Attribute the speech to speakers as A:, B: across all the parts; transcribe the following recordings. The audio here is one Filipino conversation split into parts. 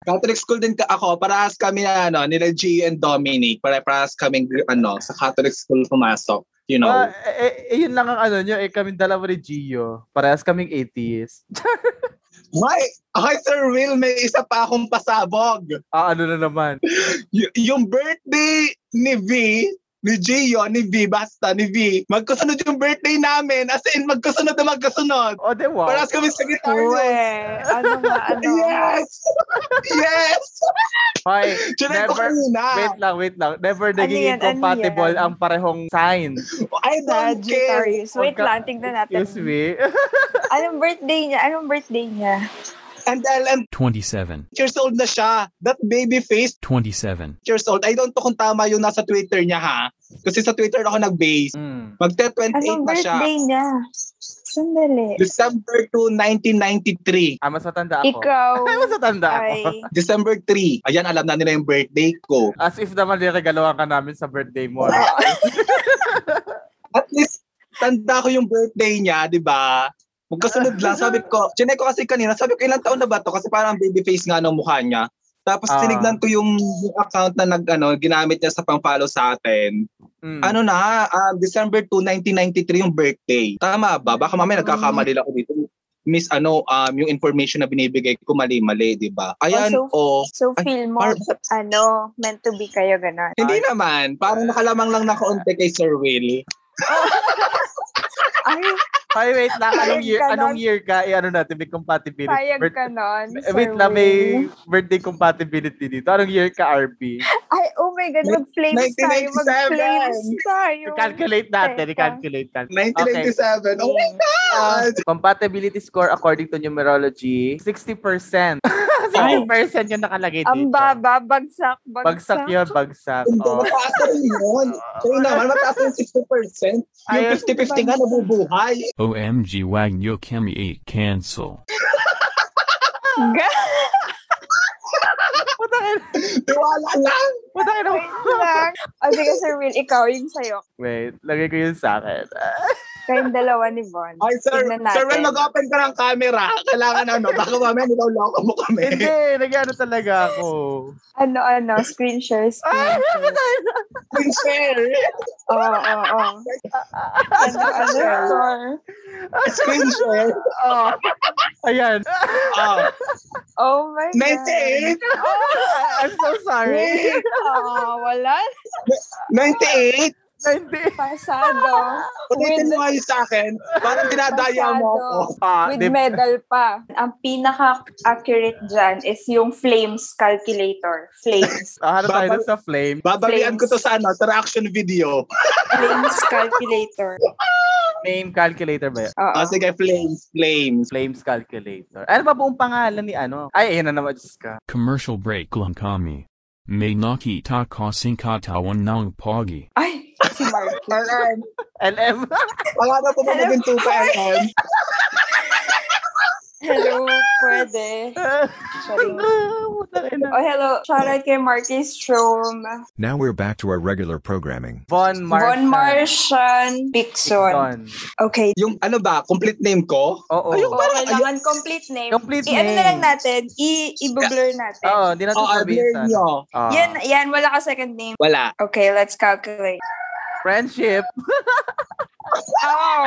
A: Catholic school din ka ako. Parehas kami na, ano, nila G and Dominic. Pare parehas kaming ano, sa Catholic school pumasok. You know.
B: Ah, eh, eh, yun lang ang ano nyo, eh, kaming dalawa ni Gio. Parehas kaming atheist.
A: May, ay, Sir Will, may isa pa akong pasabog.
B: Ah, ano na naman.
A: Y- yung birthday ni V, ni Gio, ni V, basta ni V, magkasunod yung birthday namin. As in, magkasunod na magkasunod.
B: O, di ba?
A: Parehas kami sa guitar.
C: Uwe, ano nga, ano?
A: Yes! yes!
B: Hoy,
A: Chinay ko
B: Never-
A: kanina.
B: wait lang, wait lang. Never naging
C: yan? Ano
B: incompatible
C: yan?
B: ang parehong sign.
A: I don't care.
C: Sagittarius. Wait lang, tignan natin.
B: Excuse me.
C: Anong birthday niya? Anong birthday niya?
A: And LM
D: 27,
A: years old na siya. That baby face
D: 27,
A: years old. I don't know kung tama yung nasa Twitter niya ha. Kasi sa Twitter ako nag-base.
B: Mm.
A: Magte-28
C: Anong
A: na siya.
C: birthday niya? Sandali.
A: December 2, 1993.
B: Ah, mas matanda ako.
C: Ikaw
B: Ay, mas matanda ako.
C: ay...
A: December 3. Ayan, alam na nila yung birthday ko.
B: As if naman niregaloan ka namin sa birthday mo.
A: At least, tanda ko yung birthday niya, di ba? Magkasunod lang, sabi ko, chinay ko kasi kanina, sabi ko, ilang taon na ba to? Kasi parang baby face nga ng mukha niya. Tapos
B: Ah.
A: tinignan ko yung, yung account na nag, ano, ginamit niya sa pang-follow sa atin.
B: Mm.
A: Ano na, um, December 2, 1993 yung birthday. Tama ba? Baka
C: Mm.
A: mamaya nagkakamali lang ako dito. Miss, ano, um, yung information na binibigay ko mali-mali, di ba? Ayan,
C: Also,
A: oh.
C: So,
A: Ay,
C: feel mo,
A: par-
C: ano, meant to be kayo, gano'n.
A: Hindi naman. Parang nakalamang lang na kaunti kay Sir Will.
C: Ay,
B: Hoy, wait lang. Anong
C: Payag
B: year,
C: ka nun.
B: anong year ka? Eh, ano natin, may compatibility.
C: payag
B: Birth-
C: ka nun.
B: Eh, wait
C: Sir
B: lang, may
C: Will.
B: birthday compatibility dito. Anong year ka, RB?
C: Ay, oh my God, mag-flames tayo,
A: 1997.
C: mag-flames tayo.
B: I-calculate natin,
C: Teka.
B: i-calculate natin.
A: 1997. Oh my
B: Ah,
A: God!
B: Compatibility score according to numerology, 60%. 60% yung nakalagay dito.
C: Ang baba, bagsak, bagsak.
B: Bagsak yun, bagsak.
A: Hindi,
B: Oh.
A: mataas na rin yun. Kaya naman, mataas na yung 60%. Yung
B: Ayun.
A: 50-50 nga nabubuhay.
D: OMG Wagyu Kemi 8 cancel.
C: Ga-
B: Putang ina.
A: Tiwala lang!
B: Putang ina.
C: Wait lang. O, sige, Sir Will, ikaw, yung sayo.
B: Wait, lagay ko yun sa akin.
C: Kayong dalawa ni Bon.
A: Ay, sir,
C: Tignan natin.
A: sir, Ren, mag-open ka ng camera. Kailangan ano, baka mamaya niloloko mo
B: Hindi,
A: kami.
B: nag-ano talaga ako.
C: Ano, ano, screen share, screen share.
A: Please share.
C: Oo, oo, oo. Ano, ano, sir?
A: Screen share.
B: Oh. Ayan.
A: Oh,
C: Oh my God.
A: 98?
B: I'm so sorry.
A: Wait,
C: Oh, wala.
A: 98?
B: Hindi.
C: Pasado.
A: Ulitin mo nga yun sa akin. Parang dinadaya mo
C: Masyado.
A: ako.
B: Ah,
C: With
B: di-
C: medal pa. Ang pinaka-accurate dyan is yung flames calculator. Flames.
B: Ah, ano tayo dun sa flame?
A: Babawian ko to sa ano, sa reaction video.
C: Flames calculator.
B: Name calculator ba yun?
A: Oh,
C: Oo.
A: sige, flames, flames.
B: Flames calculator. Ano ba buong pangalan ni ano? Ay, ayun na naman. Diyos ka.
D: Commercial break lang kami. May nakita ka singkatawan ng pogi.
C: Ay, si Mark.
A: LM.
B: LM.
A: Pangarap ko pa maging 2 pa LM.
C: Hello, pwede. Sorry.
B: Putang ina.
C: Oh, hello. Shoutout kay Marquis Strom.
E: Now we're back to our regular programming.
B: Von Martian.
C: Von Martian Pixon.
B: Pixon.
C: Okay.
A: Yung ano ba, complete name ko?
B: Oo.
A: Ayun,
C: Oh,
A: parang ayun.
C: kailangan complete name.
B: Complete
C: I, ano
B: name. Ah.
C: na lang natin? I, i-blur natin.
B: Oo, hindi natin
A: Oo, oh,
B: sabihin Ano sa...
A: nyo.
B: Ah.
C: Yan, yan. Wala ka second name.
A: Wala.
C: Okay, let's calculate.
B: Friendship.
C: Oh.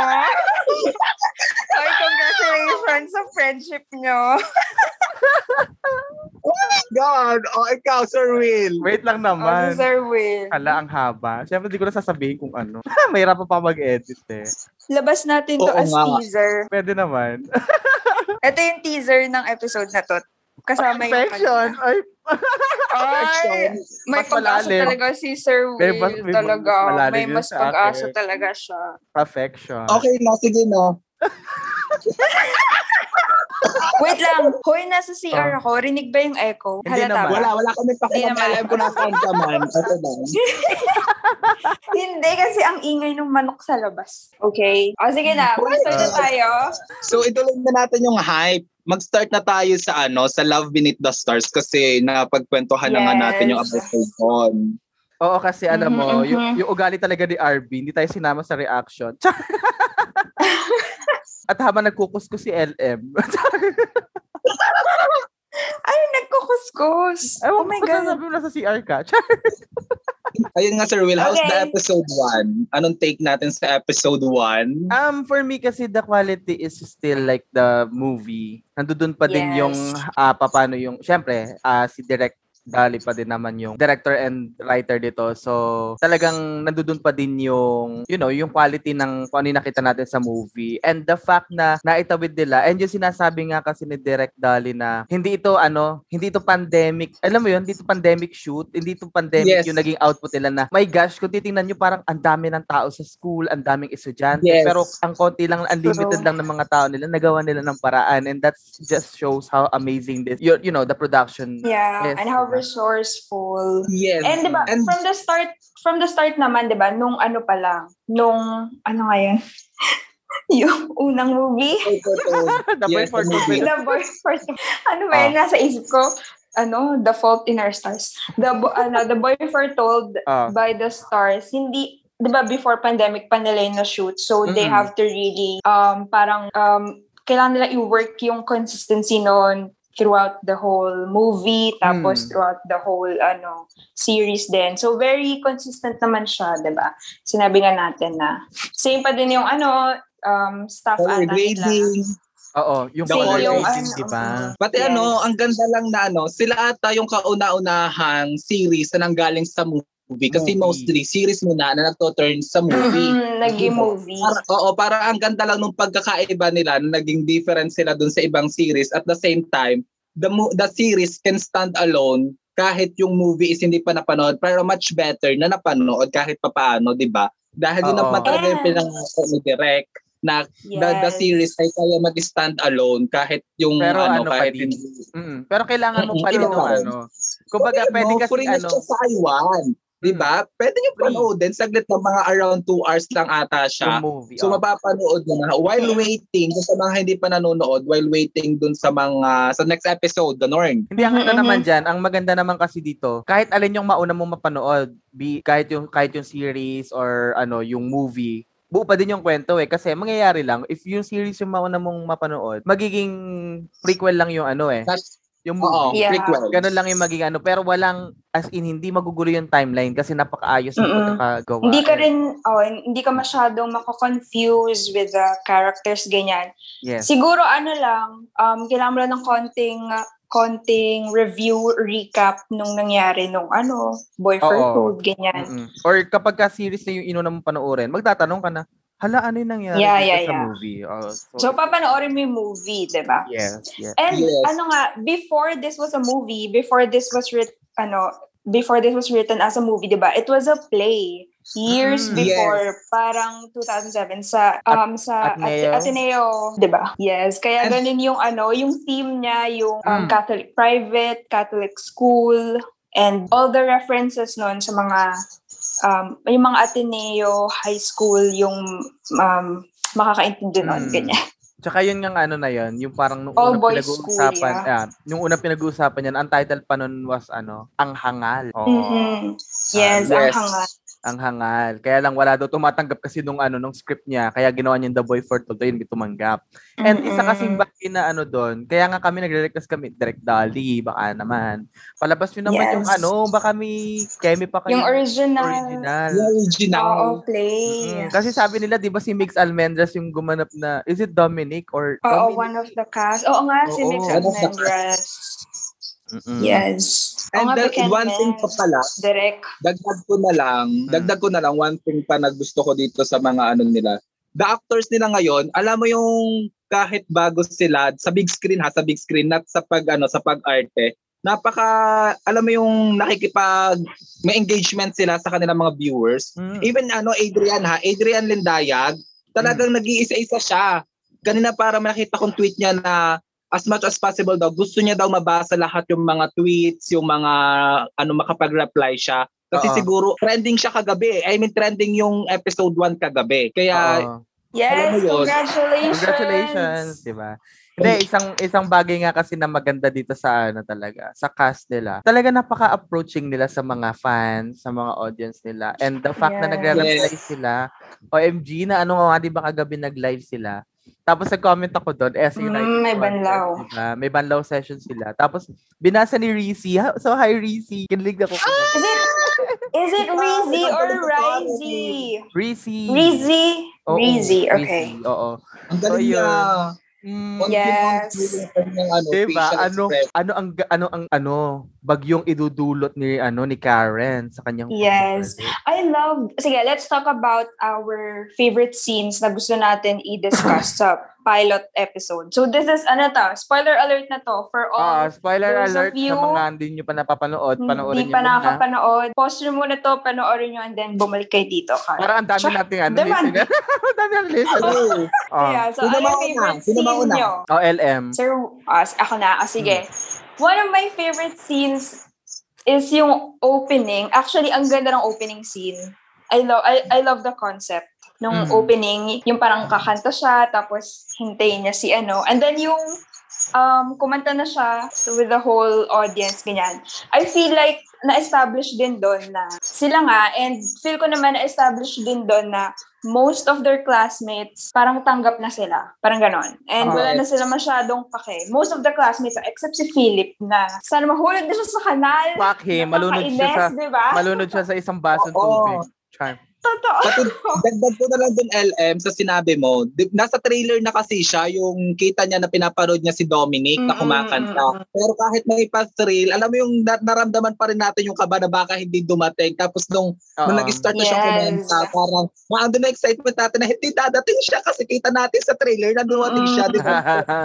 C: Ay, congratulations sa friendship nyo.
A: God, oh, ikaw, Sir Will.
B: Wait lang naman.
C: Ano, Sir Will?
B: Hala, ang haba. Siyempre, hindi ko na sasabihin kung ano. Mahirapan pa mag-edit eh.
C: Labas natin to
A: Oo
C: as
A: nga.
C: teaser.
B: Pwede naman.
C: Ito yung teaser ng episode na to. Kasama yung
B: Section. Ay,
C: Ay, may
B: Mas
C: pag-asa
B: malalim.
C: talaga si Sir Will.
B: May mas- may mas-
C: talaga.
B: mas malalim
C: may
B: yun
C: mas
B: sa
C: pag-asa
B: akin.
C: talaga siya.
B: perfection.
A: Okay na, sige na.
C: Wait lang. Hoy, nasa
B: Ah.
C: CR ako. Rinig ba yung echo?
B: Hindi naman.
C: ba?
A: Wala, wala kami pakialam.
C: Hindi naman.
A: Alam ko na saan ka man. Ito lang.
C: Hindi, kasi ang ingay ng manok sa labas. Okay. O, sige na. Kumusta na tayo?
A: So, ituloy na natin yung hype. Mag-start na tayo sa ano, sa Love Beneath the Stars kasi napagkwentuhan na nga
C: Yes.
A: natin yung about kay Bon.
B: Oo, kasi alam mo,
C: Mhm,
B: yung,
C: mhm.
B: yung ugali talaga ni RB, hindi tayo sinama sa reaction. At habang nagkukus ko si LM,
C: Ano nagkukuskus?
B: Ewan
C: Oh
B: ko,
C: my
B: ba't
C: God.
B: nasabi mo nasa CR ka?
A: Ayun nga, Sir Will. How's
C: Okay.
A: the episode 1? Anong take natin sa episode 1?
B: Um, for me kasi the quality is still like the movie. Nandoon pa din
C: Yes.
B: yung ah paano yung syempre ah, si direct Dali pa din naman yung director and writer dito. So, talagang nandoon pa din yung, you know, yung quality ng kung ano yung nakita natin sa movie. And the fact na naitawid nila, and yung sinasabi nga kasi ni Direct Dali na, hindi ito, ano, hindi ito pandemic. Alam mo yun, hindi ito pandemic shoot, hindi ito pandemic
A: Yes.
B: yung naging output nila na, my gosh, kung titingnan nyo, parang ang dami ng tao sa school, ang daming estudyante,
A: Yes.
B: pero ang konti lang, unlimited
C: True.
B: lang ng mga tao nila, nagawa nila ng paraan and that just shows how amazing this, you, you know, the production.
C: Yeah,
B: Yes,
C: and how
B: diba?
C: resourceful.
A: Yes.
C: And diba,
A: And-
C: from the start, from the start naman, diba, nung ano pa lang, nung, ano nga yun? yung unang movie,
A: Oh, totoo. Yes,
B: The Boy for
A: the
B: Good
A: movie.
B: Will.
C: the boy for, ano ba
B: Ah.
C: yun, nasa isip ko, ano, The Fault in Our Stars. The, bo- ano, the boy foretold
B: Ah,
C: by the stars, hindi, di ba before pandemic pa nila yung na-shoot, so they
B: Mm-mm.
C: have to really, um, parang, um, kailangan nila i-work yung consistency noon throughout the whole movie,
B: Mm.
C: tapos throughout the whole, ano, series din. So, very consistent naman siya, di ba? Sinabi nga natin na, same pa din yung, ano, um, staff
A: Color
C: ata nila.
A: grading.
B: oo, yung diba?
A: Same
B: color
A: yung
B: grading,
C: ano,
B: di ba?
A: Pati
C: Yes.
A: ano, ang ganda lang na ano, sila ata yung kauna-unahang series na nanggaling sa movie. Kasi
B: Movie.
A: mostly, series muna na nagto-turn sa movie.
C: Mm, naging movie.
A: Para, oo, para ang ganda lang nung pagkakaiba nila, na naging different sila dun sa ibang series. At the same time, the, mo- the series can stand alone kahit yung movie is hindi pa napanood, pero much better na napanood kahit papaano, di ba? Dahil yun
B: Oo.
A: naman talaga yung
C: Yes.
A: pinangako ni Direk na the, the
C: Yes.
A: series ay kaya mag-stand alone kahit yung
B: Pero
A: ano,
B: ano pa
A: kahit
B: din.
A: hindi
B: Mm, pero kailangan mo
A: Mm-mm,
B: pa rin
A: ikaw
B: ng
A: pa rin.
B: ano. Kumbaga, pwede
A: mo,
B: kasi
A: foreigners
B: ano. Hmm.
A: siya sa Taiwan. Di ba? Pwede niyo
B: Free.
A: panoodin. Saglit na mga around 2 hours lang ata siya.
B: Yung movie.
A: So
B: oh.
A: mapapanood mo na while waiting, kung sa mga hindi pa nanonood, while waiting dun sa mga, sa next episode, the Norn.
B: Hindi ang ano
C: Mhm,
B: naman diyan, ang maganda naman kasi dito, kahit alin yung mauna mong mapanood, be, kahit yung kahit yung series or ano, yung movie, buo pa din yung kwento eh kasi mangyayari lang if yung series yung mauna mong mapanood, magiging prequel lang yung ano eh,
A: That's,
B: yung
A: oo,
B: movie.
C: Yeah.
A: prequel.
B: Ganun lang yung magiging ano, pero walang as in hindi magugulo yung timeline kasi napakaayos ng
C: Mm-mm.
B: pagkakagawa.
C: Hindi ka rin, oh, hindi ka masyadong mako-confuse with the characters, ganyan.
B: Yes.
C: Siguro ano lang, um, kailangan mo lang ng konting, konting review, recap nung nangyari nung ano, boy for
B: Oo.
C: food, ganyan.
B: Mm-mm. Or kapag ka series na yung inuna mong panoorin, magtatanong ka na, hala ano yung nangyari
C: Yeah,
B: dito
C: yeah,
B: sa
C: yeah.
B: movie? Oh, so,
C: So, papanoorin mo yung movie, di ba?
B: yes, yes.
C: And
A: Yes.
C: ano nga, before this was a movie, before this was writ ano, before this was written as a movie, 'di ba? It was a play years
B: Mm,
C: before, parang 2007 sa um sa
B: Ateneo.
C: Ateneo, Ateneo 'di ba? Yes, kaya
A: And-
C: ganun yung ano, yung theme niya, yung
B: Mm.
C: um, Catholic private, Catholic school and all the references noon sa mga um yung mga Ateneo high school yung um makakaintindi nun,
B: Mm.
C: ganyan.
B: Tsaka yun nga ano na yun, yung parang nung
C: All
B: unang
C: boys
B: pinag-uusapan,
C: school,
B: ah, nung unang pinag-uusapan yan, ang title pa nun was ano, Ang Hangal. Oo,
C: Mhm. Yes, ang
A: yes.
C: hangat.
B: Ang Hangal. Kaya lang wala daw tumatanggap kasi nung ano, nung script niya, kaya ginawa niya yung The Boy for Toto, yun may tumanggap. And isa
C: Mm-hmm.
B: kasing bagay na ano doon, kaya nga kami nagre-request kami, Direct Dali, baka naman. Palabas nyo naman yung
C: Yes.
B: ano, baka may kemi pa kayo.
C: Yung original.
B: original.
A: Yung original.
C: Oo, play.
B: Mm, kasi sabi nila, di ba si Mix Almendras yung gumanap na, is it Dominic or
C: Oo,
B: Dominic?
C: one of the cast. Oo nga, si
B: Oo,
C: Mix
A: one of the Mm.
C: Almendras.
B: Mm-mm.
C: Yes. Oo
A: And
C: nga,
A: then,
C: Pecan
A: one
C: Man.
A: thing pa pala,
C: Direk.
A: dagdag ko na lang,
B: Hmm.
A: dagdag ko na lang, one thing pa na gusto ko dito sa mga ano nila. The actors nila ngayon, alam mo yung kahit bago sila sa big screen ha, sa big screen not sa pag ano, sa pag-arte. Napaka alam mo yung nakikipag may engagement sila sa kanilang mga viewers.
B: Mm.
A: Even ano Adrian ha, Adrian Lindayag, talagang
B: Hmm.
A: nag-iisa-isa siya. Kanina para nakita kong tweet niya na as much as possible daw gusto niya daw mabasa lahat yung mga tweets, yung mga ano makapag-reply siya. Kasi
B: Oo.
A: siguro trending siya kagabi. I mean trending yung episode 1 kagabi. Kaya
B: Oo.
A: Alam mo
C: Yes,
A: yun.
C: congratulations.
B: Congratulations, 'di ba? Hindi isang isang bagay nga kasi na maganda dito sa ano talaga, sa cast nila. Talaga napaka-approaching nila sa mga fans, sa mga audience nila. And the fact na
C: Yes.
B: nagre-reply sila, OMG na ano nga 'di ba kagabi nag-live sila. Tapos nag-comment ako doon, eh, SC
C: Mm,
B: Writing
C: may
B: Contest,
C: banlaw.
B: diba? May banlaw session sila. Tapos, binasa ni Rizzy. Ha- So, hi Rizzy. Kinilig ako. Ah!
C: Is it, is it
A: Ah,
C: Rizzy
A: isang
C: or
A: ganito pa,
C: Rizzy?
B: Rizzy.
C: Rizzy?
B: Oo,
C: Rizzy, okay.
B: Rizzy, Oo.
A: Ang galing
B: So, yun.
A: niya.
B: Mm,
A: Konti-konti
C: Yes.
A: yung kanyang, ano,
B: diba?
A: facial
B: Ano,
A: expression.
B: ano ang ga- ano ang ano bagyong idudulot ni ano ni Karen sa kanyang
C: Yes.
B: cover.
C: I love, sige, let's talk about our favorite scenes na gusto natin i-discuss sa pilot episode. So this is, ano to, spoiler alert na to for
B: Ah,
C: all
B: spoiler
C: those of
B: alert
C: you
B: sa mga hindi nyo pa napapanood, panoorin nyo
C: hindi Mm, pa
B: muna.
C: nakakapanood. Pause nyo muna to, panoorin nyo, and then bumalik kayo dito. Karen.
B: Para ang dami
C: Tsaka,
B: nating ano,
C: Diba?
B: listener. ang dami ng listener.
A: Oo.
B: Oh.
C: Yeah, so
A: Sino
C: ano yung
A: mauna?
C: favorite
A: Sino
C: scene
A: mauna?
C: nyo?
B: oh, LM.
C: Sir, ah, s- ako na. Ah, sige. One of my favorite scenes is yung opening. Actually, ang ganda ng opening scene. I love I, I love the concept
B: Mhm.
C: nung opening, yung parang kakanta siya tapos hintayin niya si ano. And then yung um kumanta na siya with the whole audience ganyan. I feel like na-establish din doon na sila nga and feel ko naman na-establish din doon na most of their classmates parang tanggap na sila. Parang ganon. And
B: Ah,
C: wala na sila masyadong pake. Most of the classmates, except si Philip na sana mahulog na siya sa kanal.
B: Fuck him. Malunod siya sa,
C: Nakakainis, diba?
B: malunod siya sa isang baso ng
A: Oo.
B: tubig. Char.
C: Totoo.
A: Pati dagdag ko na lang dun LM sa sinabi mo, di- nasa trailer na kasi siya yung kita niya na pinaparod niya si Dominic na
C: Mm,
A: kumakanta.
C: mm,
A: Pero kahit may past trail, alam mo yung na- naramdaman pa rin natin yung kaba na baka hindi dumating. Tapos nung, nung
B: Oo.
A: nag-start na siyang
C: Yes.
A: kumanta, parang maando na excitement natin na hindi dadating siya kasi kita natin sa trailer na dumating siya. Di ba?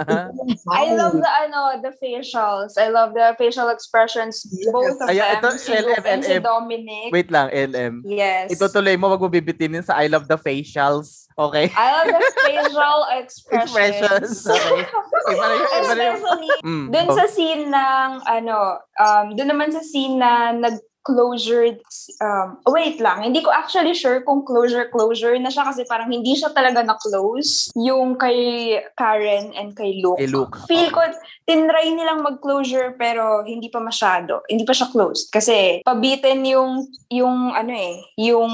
B: Mm.
C: I love the ano, the facials. I love the facial expressions
A: Yes.
C: both of
B: Ayan,
C: them.
B: ito,
C: si Luke and si
B: LMNM.
C: Dominic.
B: Wait lang, LM.
C: Yes.
B: Itutuloy mo, wag mo bibitinin sa I love the facials. Okay?
C: I love the facial expressions.
B: Expressions. Okay. Iba na yung, iba na yung.
C: Especially
B: Mm.
C: Doon sa
A: Oh.
C: scene ng, ano, um, doon naman sa scene na nag-closure, um, wait lang, hindi ko actually sure kung closure-closure na siya kasi parang hindi siya talaga na-close yung kay Karen and kay Luke.
A: Eh,
B: Kay Luke,
A: oh.
C: Feel
B: oo.
C: ko, tinry nilang mag-closure pero hindi pa masyado. Hindi pa siya closed kasi pabitin yung, yung ano eh, yung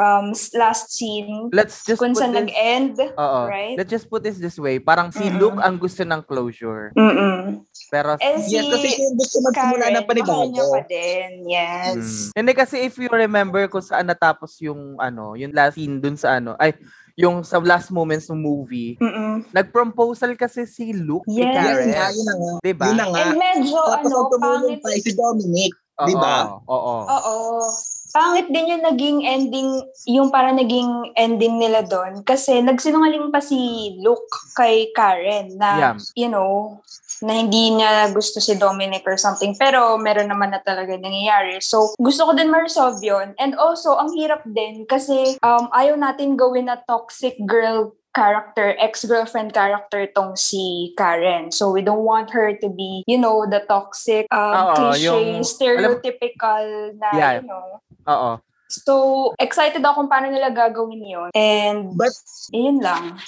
C: um, last scene
B: Let's just
C: kung
B: put
C: saan
B: this,
C: nag-end.
B: oo.
C: right?
B: Let's just put this this way. Parang si
C: Mm-mm.
B: Luke ang gusto ng closure.
C: Mm-mm.
B: Pero
C: Eh, si
A: Yes, kasi siya yung gusto magsimula ng
C: Karen, mahal niya pa
A: panibago.
C: din. Yes.
B: Mm. Hindi kasi if you remember kung saan natapos yung ano, yung last scene dun sa ano, ay yung sa last moments ng
A: Hmm.
B: movie,
C: Mm-mm.
B: nag-proposal kasi si Luke kay
C: Yes.
A: Yun
B: Karen.
A: nga, yun na nga.
B: Diba?
A: Yun na nga.
C: And medyo,
A: Tapos
C: ano,
A: ang tumulong
C: pangit.
A: pa ay si Dominic.
B: Oo,
A: Diba?
B: Oo.
C: Oo. Pangit din yung naging ending, yung para naging ending nila doon. Kasi nagsinungaling pa si Luke kay Karen na,
B: Yeah.
C: you know, na hindi niya gusto si Dominic or something. Pero meron naman na talaga nangyayari. So, gusto ko din ma-resolve yun. And also, ang hirap din kasi um, ayaw natin gawin na toxic girl character, ex-girlfriend character tong si Karen. So, we don't want her to be, you know, the toxic, um,
B: Oo,
C: cliche,
B: yung-
C: stereotypical na,
B: Yeah.
C: you know.
B: Oo.
C: So, excited ako kung paano nila gagawin yun. And,
A: But
C: yun lang.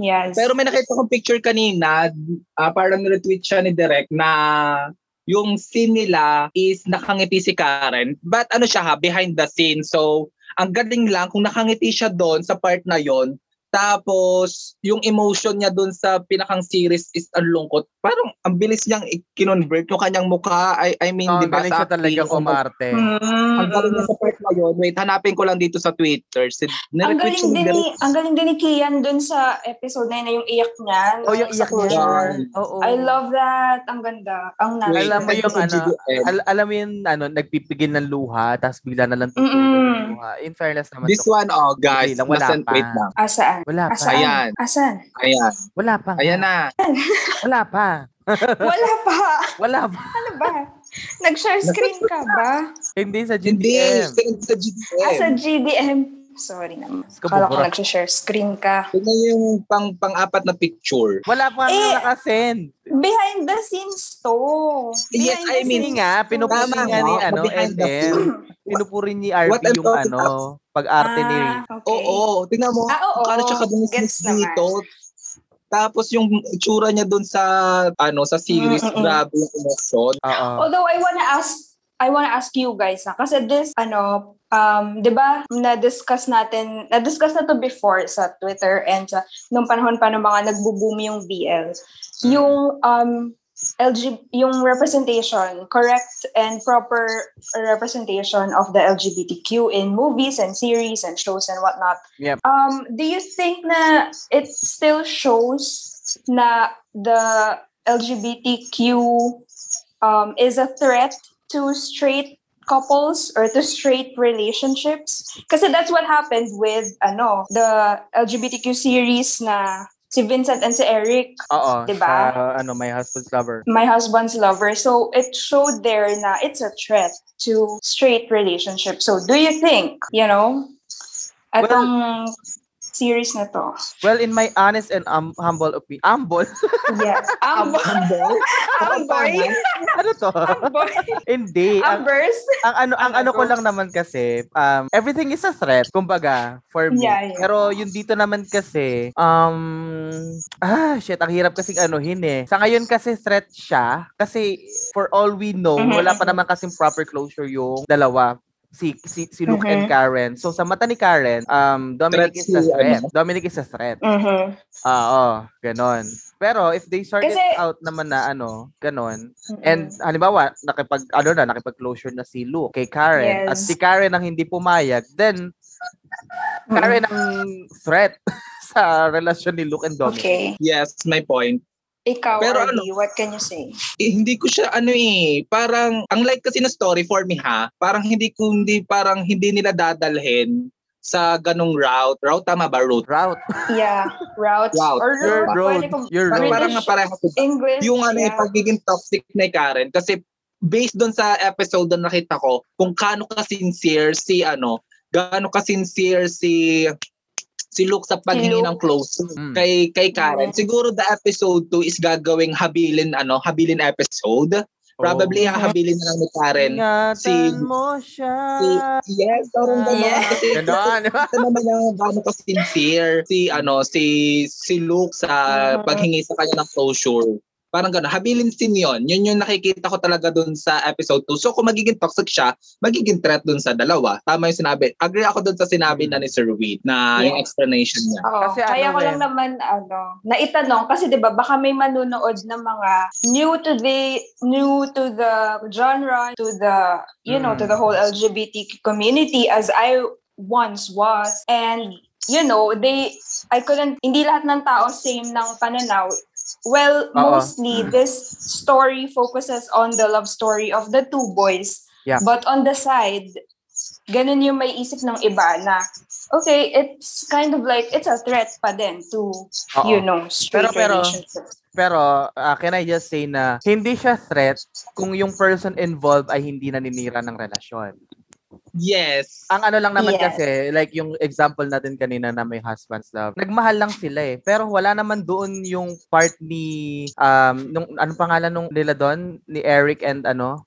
C: Yes.
A: Pero may nakita kong picture kanina, ah, parang retweet siya ni Direk na yung scene nila is nakangiti si Karen. But ano siya ha, behind the scene. So, ang galing lang kung nakangiti siya doon sa part na yon tapos, yung emotion niya doon sa pinakang series is ang lungkot. Parang ang bilis niyang i-convert yung kanyang mukha. I, I mean,
B: Oo,
A: di
B: ang
A: ba?
B: Ah, galing siya
A: diba? sa
B: talaga
A: acting.
B: kumarte.
C: Mm.
A: Ang galing niya sa part na yon Wait, hanapin ko lang dito sa Twitter. Si, niretweet siya
C: ang galing din
A: Direk.
C: ni, ang galing din ni Kian dun sa episode na yun, na yung iyak niya.
B: Oh, yung
C: sa
B: iyak niya.
C: closure.
B: Oo.
C: I love that. Ang ganda. Ang nice.
A: Wait,
B: Alam mo
A: ito
B: yung
A: sa
B: ano,
A: GDM.
B: Al- alam mo yun, ano, nagpipigil ng luha, tapos bigla na lang tutuloy
C: Mm-mm.
B: yung luha. In fairness naman,
A: This one, oh guys,
B: Hindi lang, wala
A: nasend-
B: pa.
A: wait lang.
C: Asaan?
B: wala pa.
C: Asaan?
A: Ayan.
C: Asan?
A: Ayan.
B: Wala pa.
A: Ayan na.
B: Wala pa.
C: Wala pa.
B: Wala pa.
C: Ano ba? Nag-share screen ka ba?
B: Hindi sa GDM.
A: Hindi. Send sa GDM.
C: Ah, sa GDM. Sorry naman.
B: Ska
C: Kala ko
B: bubura.
C: nag-share screen ka.
A: Tingnan niyo yung pang, pang-apat na picture.
B: Wala pa nga
C: Eh,
B: nakasend.
C: Behind the scenes to.
A: Yes,
C: Behind
A: I
C: the
A: mean,
B: Hindi
C: scenes
B: nga,
C: to.
B: pinupuri
A: Tama
B: nga ni
A: nga,
B: ano,
A: behind the
B: LM. Pinupuri ni RP
A: What I'm
B: yung
A: talking
B: ano, pag-arte ni
C: Ah, okay.
A: Oo, tingnan mo.
C: Ah, oo.
A: Kala siya kadumisnis
C: Gets naman.
A: dito. Tapos yung itsura niya doon sa ano sa series,
C: Mm, mm, mm.
A: grabe yung emotion.
B: Oo.
C: Although I wanna ask I want to ask you guys na, kasi this, ano, um, di ba, na-discuss natin, na-discuss na to before sa Twitter and sa, nung panahon pa ng mga nagbo-boom yung BL. Yung, um, LG, yung representation, correct and proper representation of the LGBTQ in movies and series and shows and whatnot.
B: Yep.
C: Um, do you think na it still shows na the LGBTQ um, is a threat to straight couples or to straight relationships? Kasi that's what happened with ano, the LGBTQ series na si Vincent and si Eric
A: Oh,
B: Oo.
C: Diba?
B: sa, uh, ano, my husband's lover.
C: my husband's lover. So it showed there na it's a threat to straight relationships. So do you think, you know, atong series na to?
B: Well, in my honest and um, humble opinion, humble?
C: Yeah. Amber.
A: Amber?
C: Amber.
B: ano to?
C: Amber.
B: Hindi. Ang,
C: Ambers.
B: ang ano ang ano ko lang naman kasi um everything is a threat kumbaga for me
C: Yeah, yeah.
B: pero yung dito naman kasi um ah shit ang hirap kasing anuhin eh sa ngayon kasi threat siya kasi for all we know
C: Mhm.
B: wala pa naman kasing proper closure yung dalawa si si, si Luke and
C: Mm-hmm.
B: Karen so sa mata ni Karen um Dominic
A: Threat
B: is a
A: si, ano?
B: threat Dominic is a threat
C: Mhm.
B: ah oh ganon pero if they sort
C: Kasi-
B: it out naman na ano ganon
C: Mhm.
B: And halimbawa, nakipag ano na, nakipag-closure na si Luke kay Karen
C: Yes.
B: at si Karen ang hindi pumayag, then
C: Mhm.
B: Karen ang threat sa relasyon ni Luke and Dominic.
C: Okay.
A: Yes, my point.
C: Ikaw,
A: Pero
C: Arlie, what can you say?
A: Eh, hindi ko siya ano eh, parang ang like kasi na story for me ha, parang hindi ko hindi parang hindi nila dadalhin sa ganung route. Route tama ba route?
B: Route.
C: Yeah. Routes.
A: Route.
C: Or
B: Your road.
C: Pwede ko-
B: Your
A: Parang,
B: road.
A: parang nga pareho ko.
C: English.
A: Yung ano eh,
C: yeah.
A: pagiging toxic ni Karen kasi based doon sa episode na nakita ko kung kaano ka sincere si ano, gaano ka sincere si si Luke sa paghingi
C: Luke.
A: ng close
B: Mm.
A: kay kay Karen.
C: Mm.
A: Siguro the episode 2 is gagawing habilin ano, habilin episode. Probably
B: Oh.
A: hahabilin na lang ni Karen.
B: Ingatan
A: si-
B: mo siya.
A: Si, yes, parang gano'n.
C: Ah, Yeah.
A: Kasi
B: Ganon.
A: ito naman yung gano'n ka sincere si, ano, si, si Luke sa
C: Mhm.
A: paghingi sa kanya ng closure. Parang gano'n. Habilin sin yun. Yun yung nakikita ko talaga dun sa episode 2. So kung magiging toxic siya, magiging threat dun sa dalawa. Tama yung sinabi. Agree ako dun sa sinabi na ni Sir Reed na yung
C: Yeah.
A: explanation niya.
C: Oo,
B: Kasi ano
C: kaya ko lang
B: eh.
C: naman ano, naitanong kasi 'di ba baka may manunood ng mga new to the new to the genre, to the you know, to
B: Mm.
C: the whole LGBT community as I once was and you know, they I couldn't hindi lahat ng tao same ng pananaw. Well,
B: Oo. Mm.
C: mostly this story focuses on the love story of the two boys.
B: Yeah.
C: But on the side, ganun yung may isip ng iba na okay, it's kind of like, it's a threat pa din to,
B: Oo.
C: you know, straight
B: Pero- pero-
C: relationships.
B: Pero ah, can I just say na hindi siya threat kung yung person involved ay hindi naninira ng relasyon.
A: Yes.
B: Ang ano lang naman
C: Yes.
B: kasi, like yung example natin kanina na may husband's love, nagmahal lang sila eh. Pero wala naman doon yung part ni, um, nung, anong pangalan nung nila doon? Ni Eric and ano?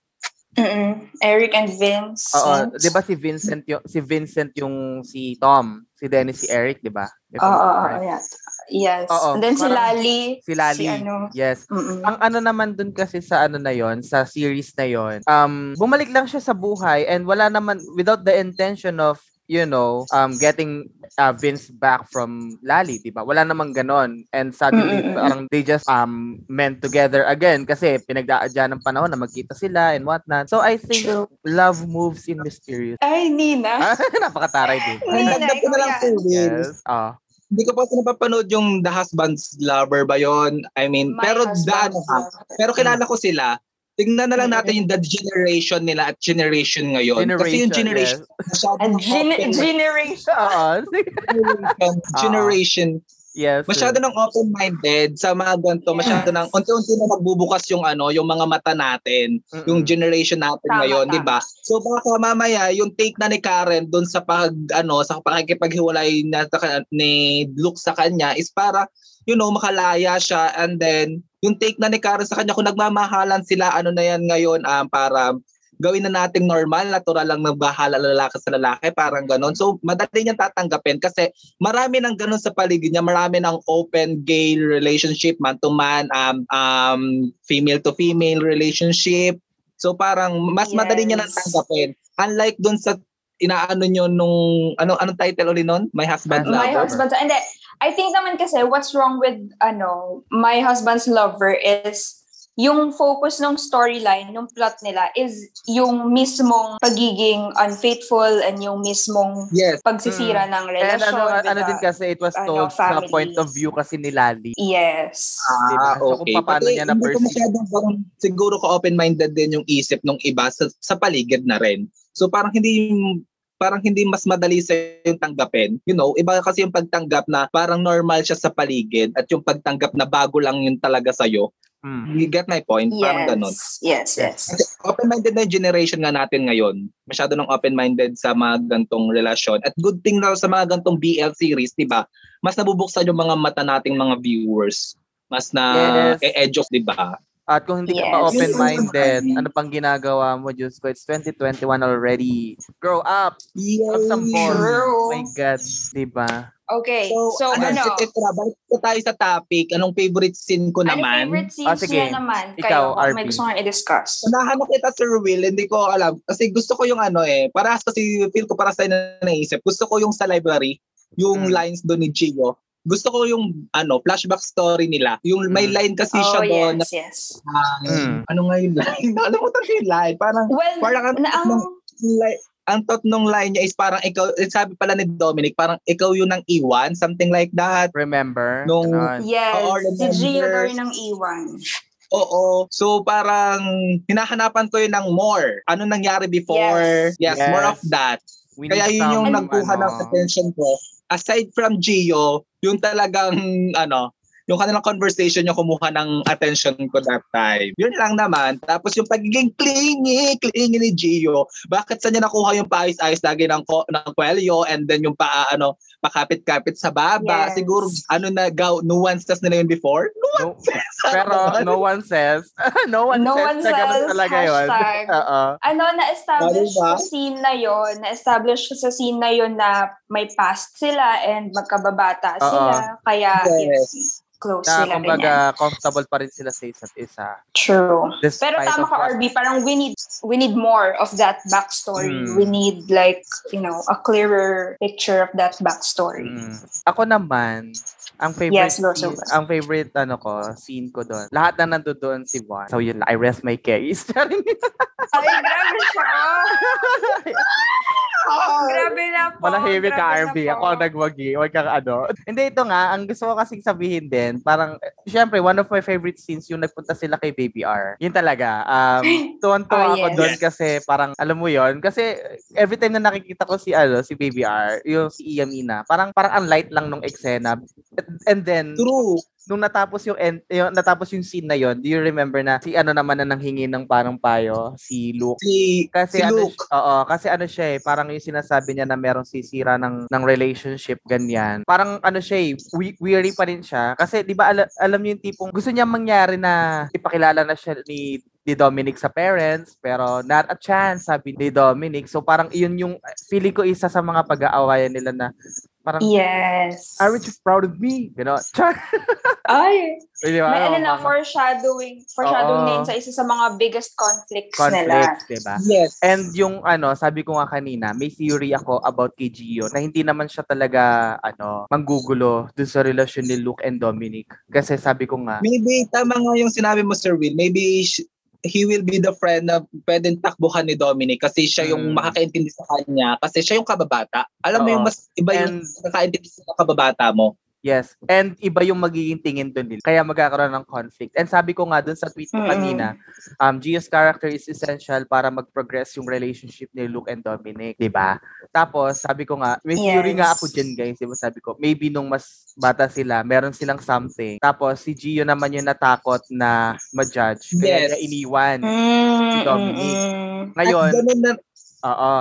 C: Mm-mm. Eric and Vince.
B: Oo, di ba si Vincent yung, si Vincent yung si Tom, si Dennis, si Eric, di ba? If
C: Oo,
B: I'm
C: oo, oo,
B: right.
C: yeah. Yes.
B: Oo,
C: and then si
B: parang-
C: Lali.
B: Si Lali.
C: Si ano.
B: Yes.
C: Mm-mm.
B: Ang ano naman dun kasi sa ano na yon sa series na yon um, bumalik lang siya sa buhay and wala naman, without the intention of, you know, um, getting uh, Vince back from Lali, di ba? Wala namang ganon. And suddenly,
C: Mm, mm, mm.
B: parang they just um, meant together again kasi pinagdaadya ng panahon na magkita sila and whatnot. So I think
C: True.
B: love moves in mysterious.
C: Ay, Nina.
B: Ah, Napakataray, di ba?
C: Nina,
A: Dagdag ko na
C: ikaw
A: lang
C: yan.
A: po, Will.
B: Yes. ah
A: Hindi ko pa kasi napapanood yung The Husband's Lover ba yon I mean,
C: My
A: pero the
C: husband.
A: ano ha, Pero kilala ko sila. Tingnan na lang
C: Mm.
A: natin yung the generation nila at generation ngayon. Kasi yung generation,
B: Yes.
A: masyadong
C: And gen-
A: open.
C: generation.
B: Oo.
A: generation, generation.
B: yes.
A: Masyado nang open-minded sa mga ganito. Masyado
C: Yes.
A: nang, unti-unti na magbubukas yung ano, yung mga mata natin. Yung
B: Mm-mm.
A: generation natin
C: Tama,
A: ngayon,
C: tama.
A: di ba? So baka mamaya, yung take na ni Karen doon sa pag, ano, sa pakikipaghiwalay na sa kan- ni Luke sa kanya is para, you know, makalaya siya and then, yung take na ni Karen sa kanya, kung nagmamahalan sila, ano na yan ngayon, um, para gawin na nating normal, natural lang nagbahala lalaki sa lalaki, parang ganon. So, madali niyang tatanggapin kasi marami ng ganon sa paligid niya, marami ng open gay relationship, man to man, um, um, female to female relationship, So parang mas
C: Yes.
A: madali niya nang tanggapin. Unlike dun sa inaano nyo nung, ano, anong title ulit nun? My Husband
C: My
A: Lover.
C: husband's hindi. I think naman kasi what's wrong with ano, my husband's lover is yung focus ng storyline, ng plot nila is yung mismong pagiging unfaithful and yung mismong
A: Yes.
C: pagsisira ng
B: And
C: relasyon.
B: ano,
C: with
B: ano
C: the-
B: din kasi, it was
C: ano,
B: told sa
C: families.
B: point of view kasi ni Lali.
C: Yes.
B: Diba?
A: Ah,
B: So, kung
A: okay.
B: paano niya
A: hindi ko
B: na-perceive.
A: masyadong parang siguro ko open-minded din yung isip ng iba sa, sa paligid na rin. So parang hindi parang hindi mas madali sa yung tanggapin. You know, iba kasi yung pagtanggap na parang normal siya sa paligid at yung pagtanggap na bago lang yun talaga sa'yo.
B: Mm.
A: You get my point? Parang ganun.
C: yes. yes, yes,
A: Kasi open-minded na yung generation nga natin ngayon. Masyado nang open-minded sa mga gantong relasyon. At good thing na sa mga gantong BL series, di ba? Mas nabubuksan yung mga mata nating mga viewers. Mas na
B: Yes.
A: e-edge of, di ba?
B: At kung hindi ka
C: Yes.
B: pa open-minded,
A: Yes.
B: ano pang ginagawa mo, Diyos ko, it's 2021 already. Grow up! Have some balls.
C: True.
B: My God, di ba?
C: Okay.
A: So,
C: So, ano,
A: ano, et cetera. Balik po tayo sa topic. Anong favorite scene ko
C: ano
A: naman?
C: favorite scenes
B: Ah, sige.
C: niya naman?
B: Ikaw,
C: kayo,
B: RP.
C: kung may gusto nyo i-discuss.
A: Unahan na kita, Sir Will. Hindi ko alam. Kasi gusto ko yung ano eh. Para sa si feel ko para sa na naisip. Gusto ko yung sa library, yung
B: Mm.
A: lines doon ni Gio. Gusto ko yung ano flashback story nila. Yung may
B: Mm.
A: line kasi siya
C: Oh,
A: doon.
C: yes, yes.
A: Na,
B: Mm.
A: Ano nga yung line? Alam mo talaga yung line. Parang
C: Well,
A: Parang ang-
C: na, ang,
A: li- ang tot nung line niya is parang ikaw, eh, sabi pala ni Dominic, parang ikaw yung nang iwan, something like that.
B: Remember?
A: Nung-
B: Ganon.
C: Yes,
A: Oo,
C: si Gio
A: remember.
C: Dory ng E Iwan.
A: Oo. So parang hinahanapan ko yun ng more. Ano nangyari before? Yes,
B: Yes.
A: more of that.
B: We
A: Kaya
B: need
A: yun yung
B: some,
A: nagkuha ng
B: ano,
A: attention ko. Aside from Gio, yung talagang ano, yung kanilang conversation yung kumuha ng attention ko that time. Yun lang naman. Tapos yung pagiging clingy, clingy ni Gio. Bakit sa niya nakuha yung paayos-ayos lagi ng, ko, ng kwelyo and then yung pa, ano, pakapit-kapit sa baba.
C: Yes.
A: Siguro, ano na, gaw, nuances nila yun before?
B: No,
A: Nuances!
B: pero
A: Ano?
B: no one says. no one
C: No
B: says.
C: one
B: na ganun
C: says,
B: Talaga yun.
C: hashtag.
B: Oo.
C: Ano, na-establish
A: Ano ba?
C: sa scene na yon na-establish sa scene na yon na may past sila and magkababata
B: Oo.
C: sila. Kaya,
A: Yes.
C: close
B: Na
C: sila.
B: kumbaga,
C: ganyan.
B: comfortable pa rin sila sa isa't isa.
C: True. Pero
B: Despite
C: tama
B: of
C: ka,
B: what-
C: RB. Parang we need we need more of that backstory.
B: Mm.
C: We need like, you know, a clearer picture of that backstory.
B: Mm. Ako naman, ang favorite
C: Yes, Lord,
B: scene-
C: Lord.
B: ang favorite ano ko, scene ko doon. Lahat na nandoon doon si Juan. So yun, I rest my case.
C: Ay, grabe siya. oh.
A: Ah!
C: Grabe na po.
B: Malahimik
C: Oh, grabe na
B: ka, RB.
C: po.
B: Ako ang nagwagi. Huwag kang ano. Hindi, ito nga. Ang gusto ko kasing sabihin din, parang, eh, syempre, one of my favorite scenes yung nagpunta sila kay Baby R. Yun talaga. Um, tuwan-tuwa
C: Ah,
B: ako
C: yes.
B: doon kasi parang, alam mo yon Kasi every time na nakikita ko si, ano, si Baby R, yung si Iyamina, parang, parang ang light lang nung eksena. And then,
A: True.
B: nung natapos yung, end, yung natapos yung scene na yon do you remember na si ano naman na nanghingi ng parang payo si Luke
A: Si,
B: kasi
A: si
B: ano
A: Luke.
B: siya- oo kasi ano siya eh parang yung sinasabi niya na merong sisira ng ng relationship ganyan parang ano siya eh we- weary pa rin siya kasi di ba ala- alam niyo yung tipong gusto niya mangyari na ipakilala na siya ni ni Dominic sa parents pero not a chance sabi ni Dominic so parang iyon yung feeling ko isa sa mga pag-aawayan nila na parang
C: Yes.
B: aren't you proud of me you know char
C: Ay.
B: Di ba?
C: May ano na,
B: Mga-
C: foreshadowing.
B: Oo.
C: Foreshadowing na yun sa isa sa mga biggest conflicts, nila.
B: conflicts, 'di ba?
A: Yes.
B: And yung ano, sabi ko nga kanina, may theory ako about kay Gio na hindi naman siya talaga ano, manggugulo dun sa relasyon ni Luke and Dominic. Kasi sabi ko nga,
A: Maybe tama nga yung sinabi mo Sir Will. Maybe sh- he will be the friend na pwedeng takbuhan ni Dominic kasi siya yung
B: Hmm.
A: makakaintindi sa kanya kasi siya yung kababata. Alam mo
B: Oo.
A: yung mas iba yung
B: And-
A: nakakaintindi sa kababata mo.
B: yes, and iba yung magiging tingin dun nila. Kaya magkakaroon ng conflict. And sabi ko nga dun sa tweet ko
C: Mm.
B: kanina, um, Gio's character is essential para mag-progress yung relationship ni Luke and Dominic, 'di ba? Tapos, sabi ko nga, may theory
C: Yes.
B: nga ako dyan, guys. Diba sabi ko, maybe nung mas bata sila, meron silang something. Tapos, si Gio naman yung natakot na ma-judge. Kaya
A: Yes.
B: niya iniwan.
C: Mm,
B: Dominic.
C: mm, mm.
B: Ngayon,
A: At ganun na,
B: oo,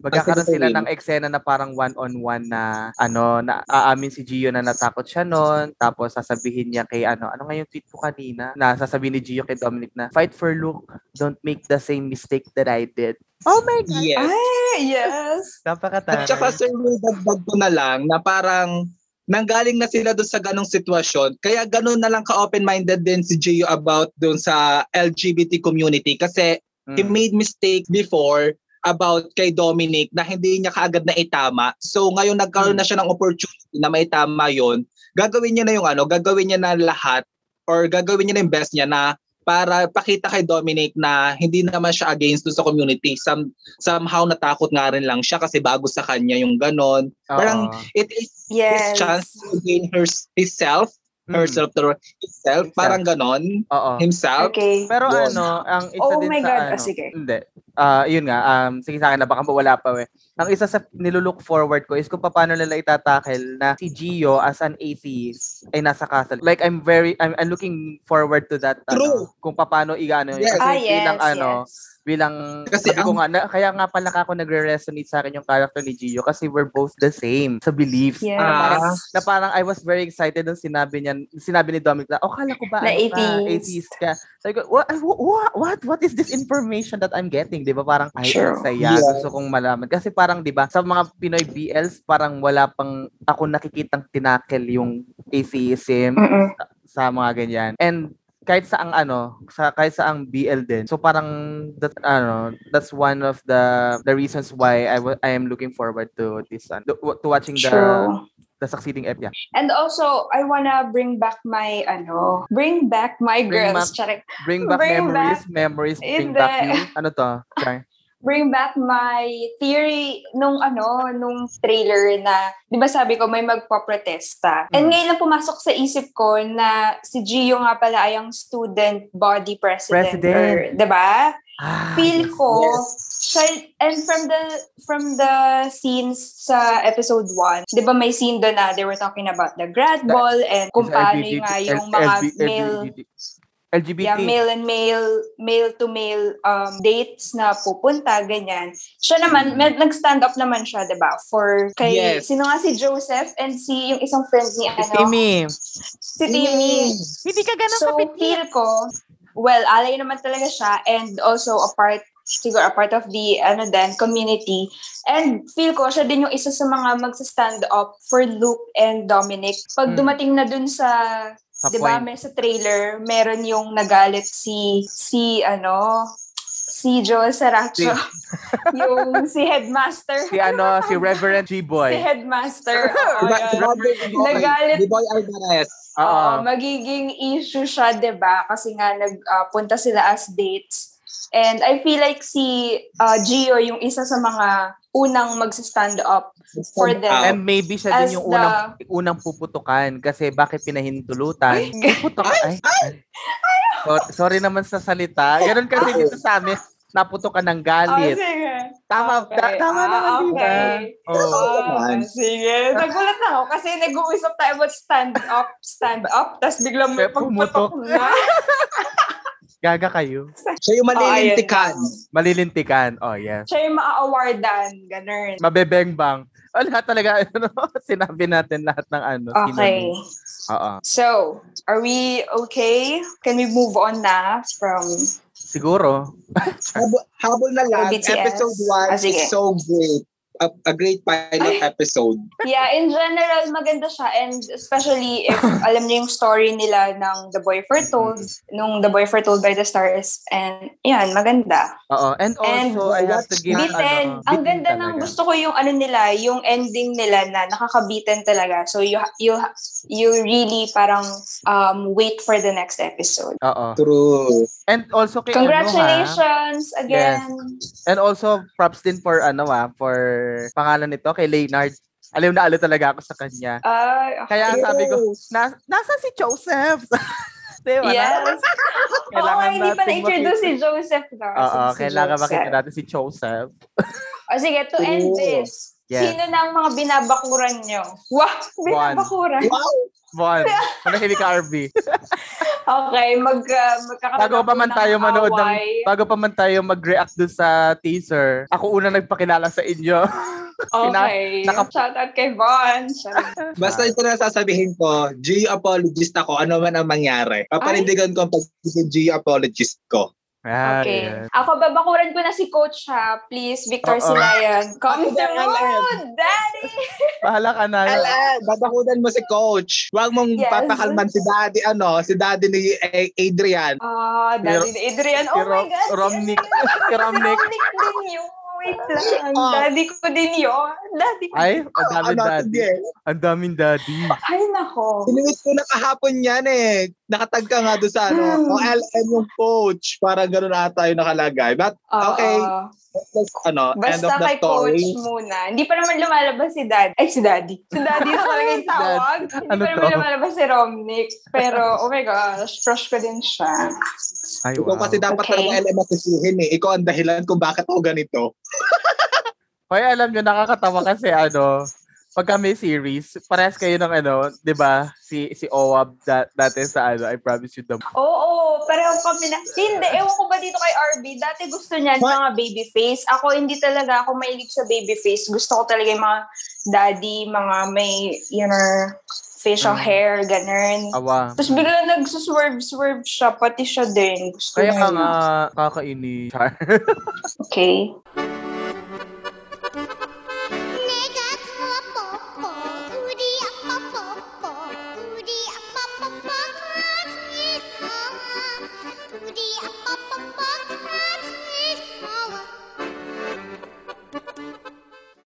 B: magkakaroon
A: Ang
B: sila
A: sasabihin.
B: ng eksena na parang one-on-one na, ano, na aamin si Gio na natakot siya noon. Tapos, sasabihin niya kay, ano, ano nga yung tweet ko kanina? Na sasabihin ni Gio kay Dominic na, fight for Luke, don't make the same mistake that I did. Oh my God!
A: yes.
C: Ay, yes.
A: At
B: Napakataray.
A: saka Sir Will, dagdag ko na lang na parang nanggaling na sila doon sa ganong sitwasyon. Kaya ganun na lang ka-open-minded din si Gio about doon sa LGBT community kasi
B: Mm.
A: He made mistake before about kay Dominic na hindi niya kaagad na itama. So ngayon nagkaroon na siya ng opportunity na maitama yon. Gagawin niya na yung ano, gagawin niya na lahat or gagawin niya na yung best niya na para pakita kay Dominic na hindi naman siya against dun sa community. Some, somehow natakot nga rin lang siya kasi bago sa kanya yung ganon.
B: Oo.
A: parang- It is
C: Yes.
A: his chance to gain her, himself,
B: Mm.
A: herself, to himself, parang ganon,
B: Oo.
A: himself.
C: Okay.
B: Pero
A: Yun.
B: ano, ang isa
C: Oh
B: din
C: my
B: sa
C: God.
B: ano,
C: Ah, sige.
B: hindi. Ah, yun nga, um, sige sa akin na baka wala pa eh. Ang isa sa nilulook forward ko is kung paano nila itatakel na si Gio as an atheist ay nasa castle. Like I'm very I'm, I'm looking forward to that
A: True.
B: ano, kung paano iano yun.
A: Yes.
B: kasi
C: Ah, yes.
B: bilang ano,
C: yes.
B: bilang
A: Kasi
B: sabi ko nga na, kaya nga pala ako nagre-resonate sa akin yung character ni Gio kasi we're both the same sa beliefs.
C: Yes.
B: Na parang,
A: Ah.
B: na parang I was very excited nung sinabi niya, sinabi ni Dominic na, oh, kala ko ba,
C: Na
B: ano ka,
C: atheist."
B: atheist ka. So I go, what, what, what, what is this information that I'm getting? Di ba parang, ay,
C: True.
B: ang saya,
A: Yeah.
B: gusto kong malaman. Kasi parang, di ba, sa mga Pinoy BLs, parang wala pang ako nakikitang tinakel yung atheism
C: Mm-mm.
B: sa mga ganyan. And kahit sa ang ano, sa kahit sa ang BL din. So parang that ano, that's one of the the reasons why I wa- I am looking forward to this uh, to, to watching the
C: True.
B: the succeeding ep yeah.
C: And also, I wanna bring back my, ano, bring back my
B: Bring
C: girls. Charik.
B: Bring back
C: Bring
B: memories, memories bring back
C: Hindi.
B: you. Ano to? Char?
C: Bring back my theory nung, ano, nung trailer na, di ba sabi ko, may magpaprotesta.
B: Mm.
C: And ngayon lang pumasok sa isip ko na si Gio nga pala ay ang student body president.
B: President.
C: Or, di ba?
B: Ah,
C: Feel
B: yes.
C: ko, siya, and from the from the scenes sa episode 1, di ba may scene doon na they were talking about the grad
B: That-
C: ball and kung
B: Yes,
C: paano
B: LGBT
C: nga yung
B: L-
C: mga
B: LB-
C: male
B: LGBT.
C: Yeah, male and male, male to male um, dates na pupunta, ganyan. Siya naman, med- nag-stand up naman siya, di ba? For kay,
A: Yes.
C: sino nga si Joseph and si yung isang friend ni, ano,
B: Timmy,
C: si Timmy.
B: hindi ka ganun
C: So, feel ko, well, alay naman talaga siya and also a part, siguro a part of the, ano din, community. And feel ko, siya din yung isa sa mga magsa-stand up for Luke and Dominic.
B: Mm.
C: Pag dumating na dun sa
B: sa
C: di ba,
B: point.
C: may sa trailer, meron yung nagalit si, si ano, si Joel Saracho. yung si headmaster.
B: Si ano, si Reverend
C: Si
B: G-Boy.
C: headmaster. Oo,
A: Diba,
C: yun.
A: Robert
C: Nagalit.
A: Di Boy Alvarez.
B: Oo.
C: Oo, magiging issue siya, 'di ba? Kasi nga nagpunta sila as dates. And I feel like si uh, Gio yung isa sa mga unang magsa-stand up for
A: Um,
C: them.
B: And maybe siya
C: As
B: din yung unang unang puputukan kasi bakit pinahintulutan? Puputok ay. So- sorry naman sa salita. Ganun kasi dito sa amin naputukan ng galit.
C: Oh, sige.
B: tama
C: Okay.
B: ta- tama
C: Ah,
B: naman di ba?
C: okay.
B: Oo.
C: Ah,
A: naman.
C: sige. Nagulat na ako kasi nag-uusap tayo about stand up, stand up, tapos biglang may
B: May pumutok.
C: pagputok na.
B: Gaga kayo.
A: Siya yung malilintikan.
C: Oh, ayun.
B: Malilintikan. Oh, yes.
C: Siya yung maa-awardan, ganun.
B: Mabebengbang. Oh, lahat talaga ano, sinabi natin lahat ng ano.
C: Okay.
B: synonym. Oo.
C: So, are we okay? Can we move on na from
B: Siguro.
A: Habol, habol na lang.
C: BTS.
A: Episode 1
C: Ah, sige.
A: is so great. A, a great pilot episode.
C: Yeah, in general maganda siya and especially if alam niyo yung story nila ng The Boy Foretold, nung The Boy Foretold by the Stars and yan, maganda.
B: Oo. And
C: And
B: also, I have to give
C: Beaten.
B: ano,
C: ang
B: beaten
C: ganda ng
B: talaga.
C: gusto ko yung ano nila, yung ending nila na nakakabitan talaga. So you ha- you ha- you really parang um wait for the next episode.
B: Oo.
A: True.
B: And also kay ano, ha?
C: Congratulations again.
B: And also, props din for ano ah, for pangalan nito kay Leonard. Alam na alam talaga ako sa kanya.
C: Ay, oh. okay.
B: Kaya sabi ko, na, nasa si Joseph? diba?
C: Yes. Oo,
B: Kailangan
C: hindi pa
B: nating
C: na-introduce si
B: makita-
C: Joseph na.
B: Oo,
C: Si- si
B: kailangan
C: Joseph.
B: makita natin si Joseph.
C: O sige, to end
A: Oo.
C: this,
B: Yes.
C: sino na ang mga binabakuran nyo? Wah, binabakuran.
A: Wow!
B: Bon, manahili ka, RB.
C: Okay, mag, uh, magkakaroon
B: Bago pa
C: po
B: man
C: ng
B: tayo manood ng,
C: away.
B: bago pa man tayo mag-react dun sa teaser, ako una nagpakilala sa inyo.
C: Okay.
B: naka-
C: Shout out kay Von. Shout-
A: Basta ito na sasabihin ko, G apologist ako, ano man ang mangyari. Papanindigan ko ang pagiging G apologist ko.
B: Ah,
C: Okay.
B: yun.
C: Ako, babakuran ko na si Coach ha. Please, Victor
B: Oo.
C: Silayan.
F: Ako
C: Come
F: din,
C: through,
F: alam.
C: Daddy!
B: Bahala ka na.
F: Alad.
A: Babakunan mo si coach. Huwag mong
C: Yes.
A: papakalman si daddy, ano, si daddy ni eh, Adrian.
C: Ah, Daddy ni Adrian.
B: si
C: Oh my
B: Rom-
C: God. si
B: Romnick. si Romnick.
C: Romnick din yun. Wait lang.
A: Oh.
C: Daddy ko din yun. Daddy ko.
B: Ay, ang daming
A: Ano,
B: daddy.
A: hindi eh.
B: Ang daming daddy.
C: Ay, nako.
A: Sinuwit ko na kahapon yan eh. Nakatag ka nga doon sa ano,
C: Hmm.
A: OLM yung coach. Parang ganun ata yung nakalagay. But,
C: Oo.
A: Okay. that's, ano, end
C: Ah, Basta
A: of the
C: kay coach
A: story.
C: muna. Hindi pa naman lumalabas si Daddy. Ay, si Daddy. Si Daddy yung talaga yung tawag. Hindi
B: Ano
C: pa naman
B: to?
C: lumalabas si Romnick. Pero, oh my gosh, crush ko din siya.
B: Ay,
A: Ikaw
B: wow.
A: kasi dapat
C: Okay.
A: talaga LM masusuhin eh. Ikaw ang dahilan kung bakit ako ganito.
B: Hoy, alam nyo, nakakatawa kasi ano, pagka may series, parehas kayo ng ano, di ba, si si OWAB da- dati sa ano, I promise you the...
C: Oo, pareho kami na. Hindi, ewan ko ba dito kay RB? Dati gusto niya yung mga baby face. Ako, hindi talaga ako mahilig sa baby face. Gusto ko talaga yung mga daddy, mga may, you know, facial
B: Mm. Ah.
C: hair, ganun.
B: Awa.
C: Tapos bigla nagsuswerve-swerve siya, pati siya din. Gusto
B: Kaya
C: niya
B: ka
C: yun.
B: nga, kakainis. Char.
C: Okay.